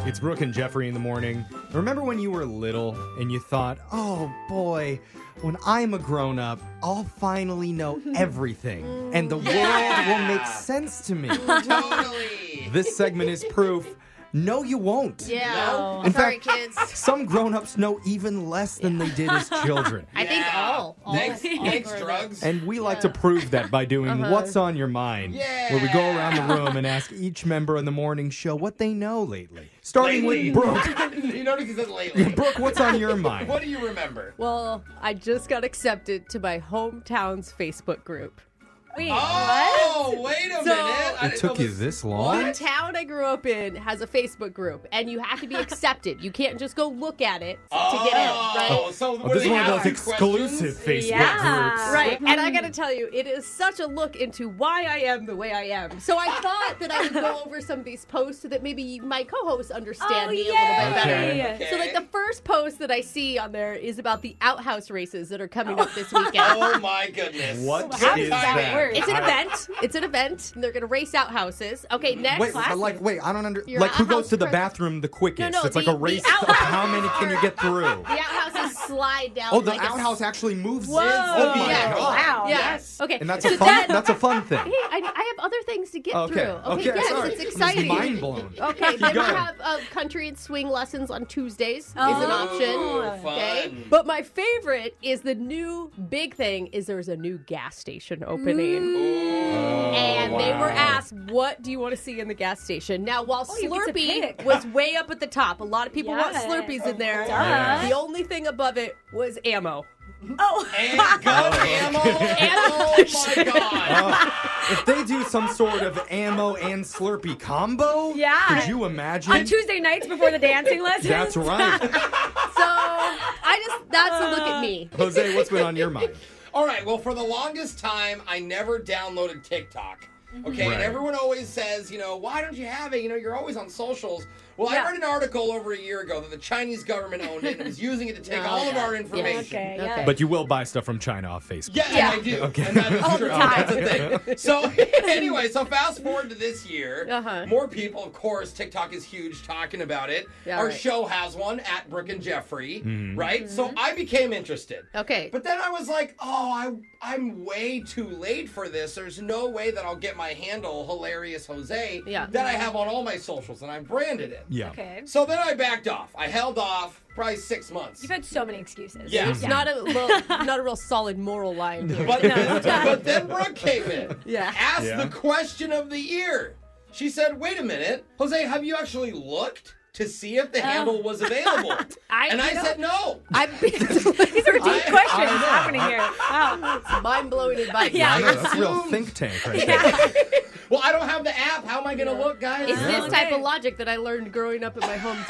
It's Brooke and Jeffrey in the morning. Remember when you were little and you thought, oh boy, when I'm a grown up, I'll finally know everything and the world will make sense to me. Totally. This segment is proof. No, you won't. Yeah. In Sorry, fact- kids. Some grown ups know even less than they did as children. I think Yeah. all. all Next, all next grown drugs. And we like to prove that by doing Uh-huh. What's on Your Mind, where we go around the room and ask each member in the morning show what they know lately. Starting Lately. with Brooke. you notice he said lately. Brooke, what's on your mind? What do you remember? Well, I just got accepted to my hometown's Facebook group. Wait, Oh, wait a So- minute. I It didn't know took you this long? The town I grew up in has a Facebook group, and you have to be accepted. You can't just go look at it to get in, Oh, right? so Oh, were this is they one of those asking questions? exclusive Facebook Yeah. groups. Right, and I gotta tell you, it is such a look into why I am the way I am. So I thought that I would go over some of these posts so that maybe my co hosts understand Oh, me a little bit better. yay. Okay. So, like, the first post that I see on there is about the outhouse races that are coming up this weekend. Oh my goodness. What How does is that work? It's an I- event. It's an event. and They're gonna race out houses. Okay, next. Wait, but like, wait, I don't under. You're like, a who goes house to the person. bathroom the quickest? No, no, it's like the- a race the of how many can you get through. the outhouses slide down. Oh, the like a s- outhouse actually moves. Whoa. in. Oh my Yeah. god! Wow. Yeah. Yes. Okay. And that's a so fun. then- that's a fun Hey, thing. I, I have other things to get Okay. through. Okay. yes, sorry. it's Just exciting. Oh. Mind blown. Okay, Keep then we going. have uh, country and swing lessons on Tuesdays is an Oh. option. Fun. Okay, but my favorite is the new big thing is there's a new gas station opening. Mm. Oh, And they were asked, "What do you want to see in the gas station?" Now, while Oh, you get to Slurpee pick. was way up at the top, a lot of people Yes. want Slurpees in there. Yeah. The only thing above it was ammo. Oh. And gun ammo. Oh my god. Oh. If they do some sort of ammo and Slurpee combo, Yeah. could you imagine? On Tuesday nights before the dancing lessons. That's right. So I just that's a look at me. Jose, what's been on your mind? All right. Well, for the longest time, I never downloaded TikTok. Mm-hmm. Okay, Right. and everyone always says, you know, why don't you have it? You know, you're always on socials. Well, I Yeah. read an article over a year ago that the Chinese government owned it and was using it to take all of our information. Okay, Oh, yeah. Okay. But you will buy stuff from China off Facebook. Yeah, Yeah. I do. And that is true. time. That's a thing. So anyway, so fast forward to this year. Uh-huh. More people, of course, TikTok is huge talking about it. Yeah, Our right. show has one at Brooke and Jeffrey, right? So I became interested. Mm-hmm. Okay. But then I was like, oh, I I'm way too late for this. There's no way that I'll get my handle, hilarious Jose, Yeah. that I have on all my socials, and I branded it. Yeah. Okay. So then I backed off. I held off probably six months. You've had so many excuses. Yeah. It's not a real, not a real solid moral line. here. But, but then Brooke came in. Yeah. Asked Yeah. the question of the year. She said, wait a minute, Jose, have you actually looked to see if the handle was available? Oh. I- and I you know- said no. I've These are deep I- I questions know. happening here. Wow. mind blowing advice. I Yeah. know, that's a real Assumed. think tank right there. Yeah. Well, I don't have the app. How am I gonna look, guys? It's this Okay. type of logic that I learned growing up in my hometown.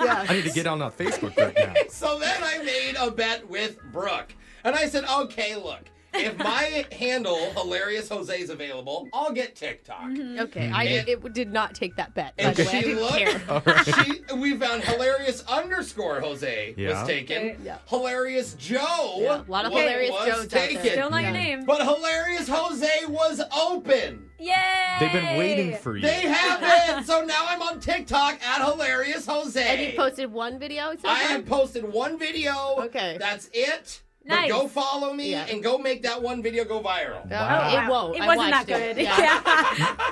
Oh, I need to get on that Facebook right now. So then I made a bet with Brooke. And I said, okay, look, if my handle, hilarious Jose, is available, I'll get TikTok. Mm-hmm. Okay, I it did not take that bet. By And the way, I she didn't looked. care. She, we found hilarious underscore Jose Yeah. was taken. Yeah. Hilarious Joe. Yeah, a lot of wa- hilarious was Joes out there. taken. Don't know your name. But hilarious Jose was open. Yay! They've been waiting for you. They have it. so now I'm on TikTok at hilarious Jose. And you posted one video. so I far? have posted one video. Okay. That's it. But Nice. go follow me Yeah. and go make that one video go viral. No, Wow. It won't. It I wasn't that watched good. it. Yeah. Yeah.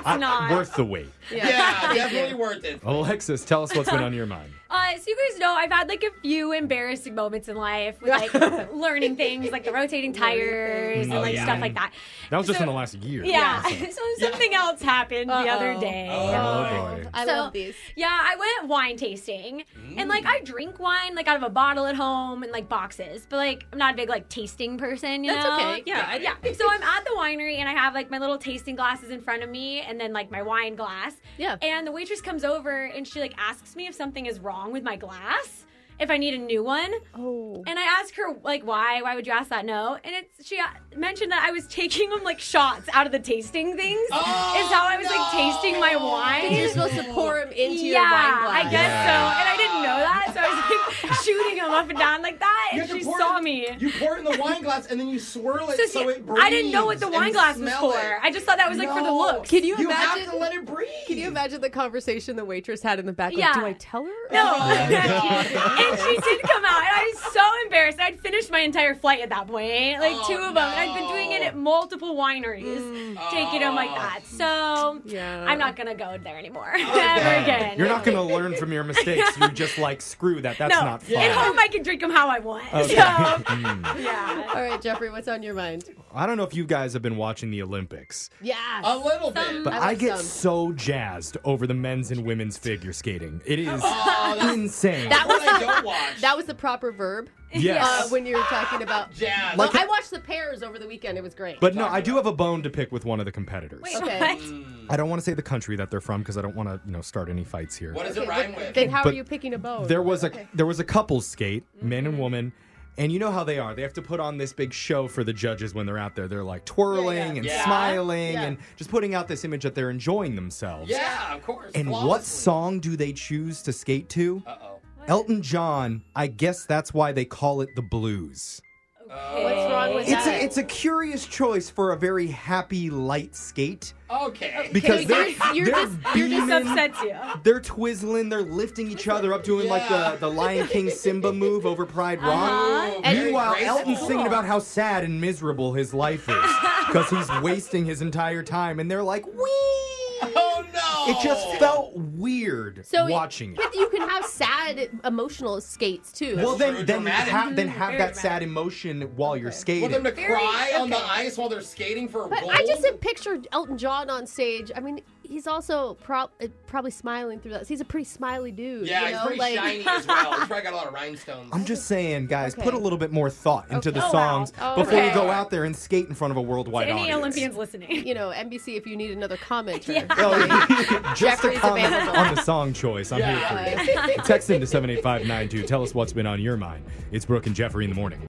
I- not. Worth the wait. Yeah. Yeah, Thank you. definitely worth it. Alexis, tell us what's been on your mind. Uh, so you guys know I've had like a few embarrassing moments in life with like learning things, like the rotating tires and Oh, like yeah. stuff like that. That was just So- in the last year. Yeah. so something else happened the other Uh-oh. day. Oh, boy. I So- love these. Yeah, I went wine tasting. And like Mm. I drink wine like out of a bottle at home and like boxes. But like I'm not a big like tasting person, you That's know? okay. Yeah, I- Yeah. So I'm at the winery and I have like my little tasting glasses in front of me and then like my wine glass. Yeah. And the waitress comes over and she like asks me if something is wrong with my glass. If I need a new one, Oh. and I asked her like why? Why would you ask that? No, and it's she uh, mentioned that I was taking them like shots out of the tasting things. Oh, is how I was like tasting my no. wine You're supposed to pour them into yeah, your wine glass. I guess so. And I didn't know that, so I was like shooting him up and down like that, You and have to she pour saw it, me. You pour it in the wine glass and then you swirl it So so, see, it breathes. I didn't know what the wine and glass was smell for. it. I just thought that was like for the No. looks. Can you You have imagine- to let it breathe. Can you imagine the conversation the waitress had in the back? Like, Yeah. do I tell her? No. Oh, God. and she did come out, and I was so embarrassed. I'd finished my entire flight at that point, like Oh, two of them. And I'd been doing it at multiple wineries, Mm. taking them like that. Oh. So Yeah. I'm not gonna go there anymore ever again. You're not going to learn from your mistakes. You're just like, screw that. That's No, not fun. at home I can drink them how I want. Okay. So yeah, Mm. All right, Jeffrey, what's on your mind? I don't know if you guys have been watching the Olympics, Yeah. A little bit. but I I, love get some. so jazzed over the men's and women's figure skating. It is Oh, that's insane. That what I don't watch. That was the proper verb yes. uh, when you were talking about. jazz. Well, Like- I watched the pairs over the weekend. It was great. but no, I do have a bone to pick with one of the competitors. wait, Okay. what? I don't want to say the country that they're from because I don't want to, you know, start any fights here. what does Okay, it rhyme but with? Then how But are you picking a bone? There was a Oh, Okay. Mm-hmm. there was a couples skate, men and woman, and you know how they are. They have to put on this big show for the judges when they're out there. They're like twirling Yeah, yeah. and Yeah. smiling Yeah. and just putting out this image that they're enjoying themselves. yeah, of course. And what song do they choose to skate to? Uh oh. Elton John. I guess that's why they call it the blues. What's wrong with It's Nice. a, it's a curious choice for a very happy light skate Oh, Okay. because so they're, you're- you're they're just- You're just beaming. upsets you. They're twizzling. They're lifting each other up, doing like Yeah. the, the Lion King Simba move over Pride Uh-huh. Rock. Ooh, And- very Meanwhile, graceful. Elton's singing about how sad and miserable his life is because he's wasting his entire time, and they're like, "Wee!" Oh no! It just felt weird So watching it. But you can have sad emotional skates too. Well, true, then, then you dramatic. have then Mm, have very that sad emotion while you're Want them skating. to Very- cry on the okay. ice while they're skating for but gold? I just had pictured Elton John on stage. I mean, he's also prob- uh, probably smiling through that. He's a pretty smiley dude. Yeah, you it's know? pretty like, shiny as well. It's probably got a lot of rhinestones. I'm just saying, guys, Okay. put a little bit more thought into Okay. the Oh, wow. songs Oh, before okay. you go out there and skate in front of a worldwide Any audience. Olympians listening? You know, NBC. If you need another commenter. Oh, just a Jeffrey's comment available. on the song choice. I'm Yeah. here for you. Text into 78592. Tell us what's been on your mind. It's Brooke and Jeffrey in the morning.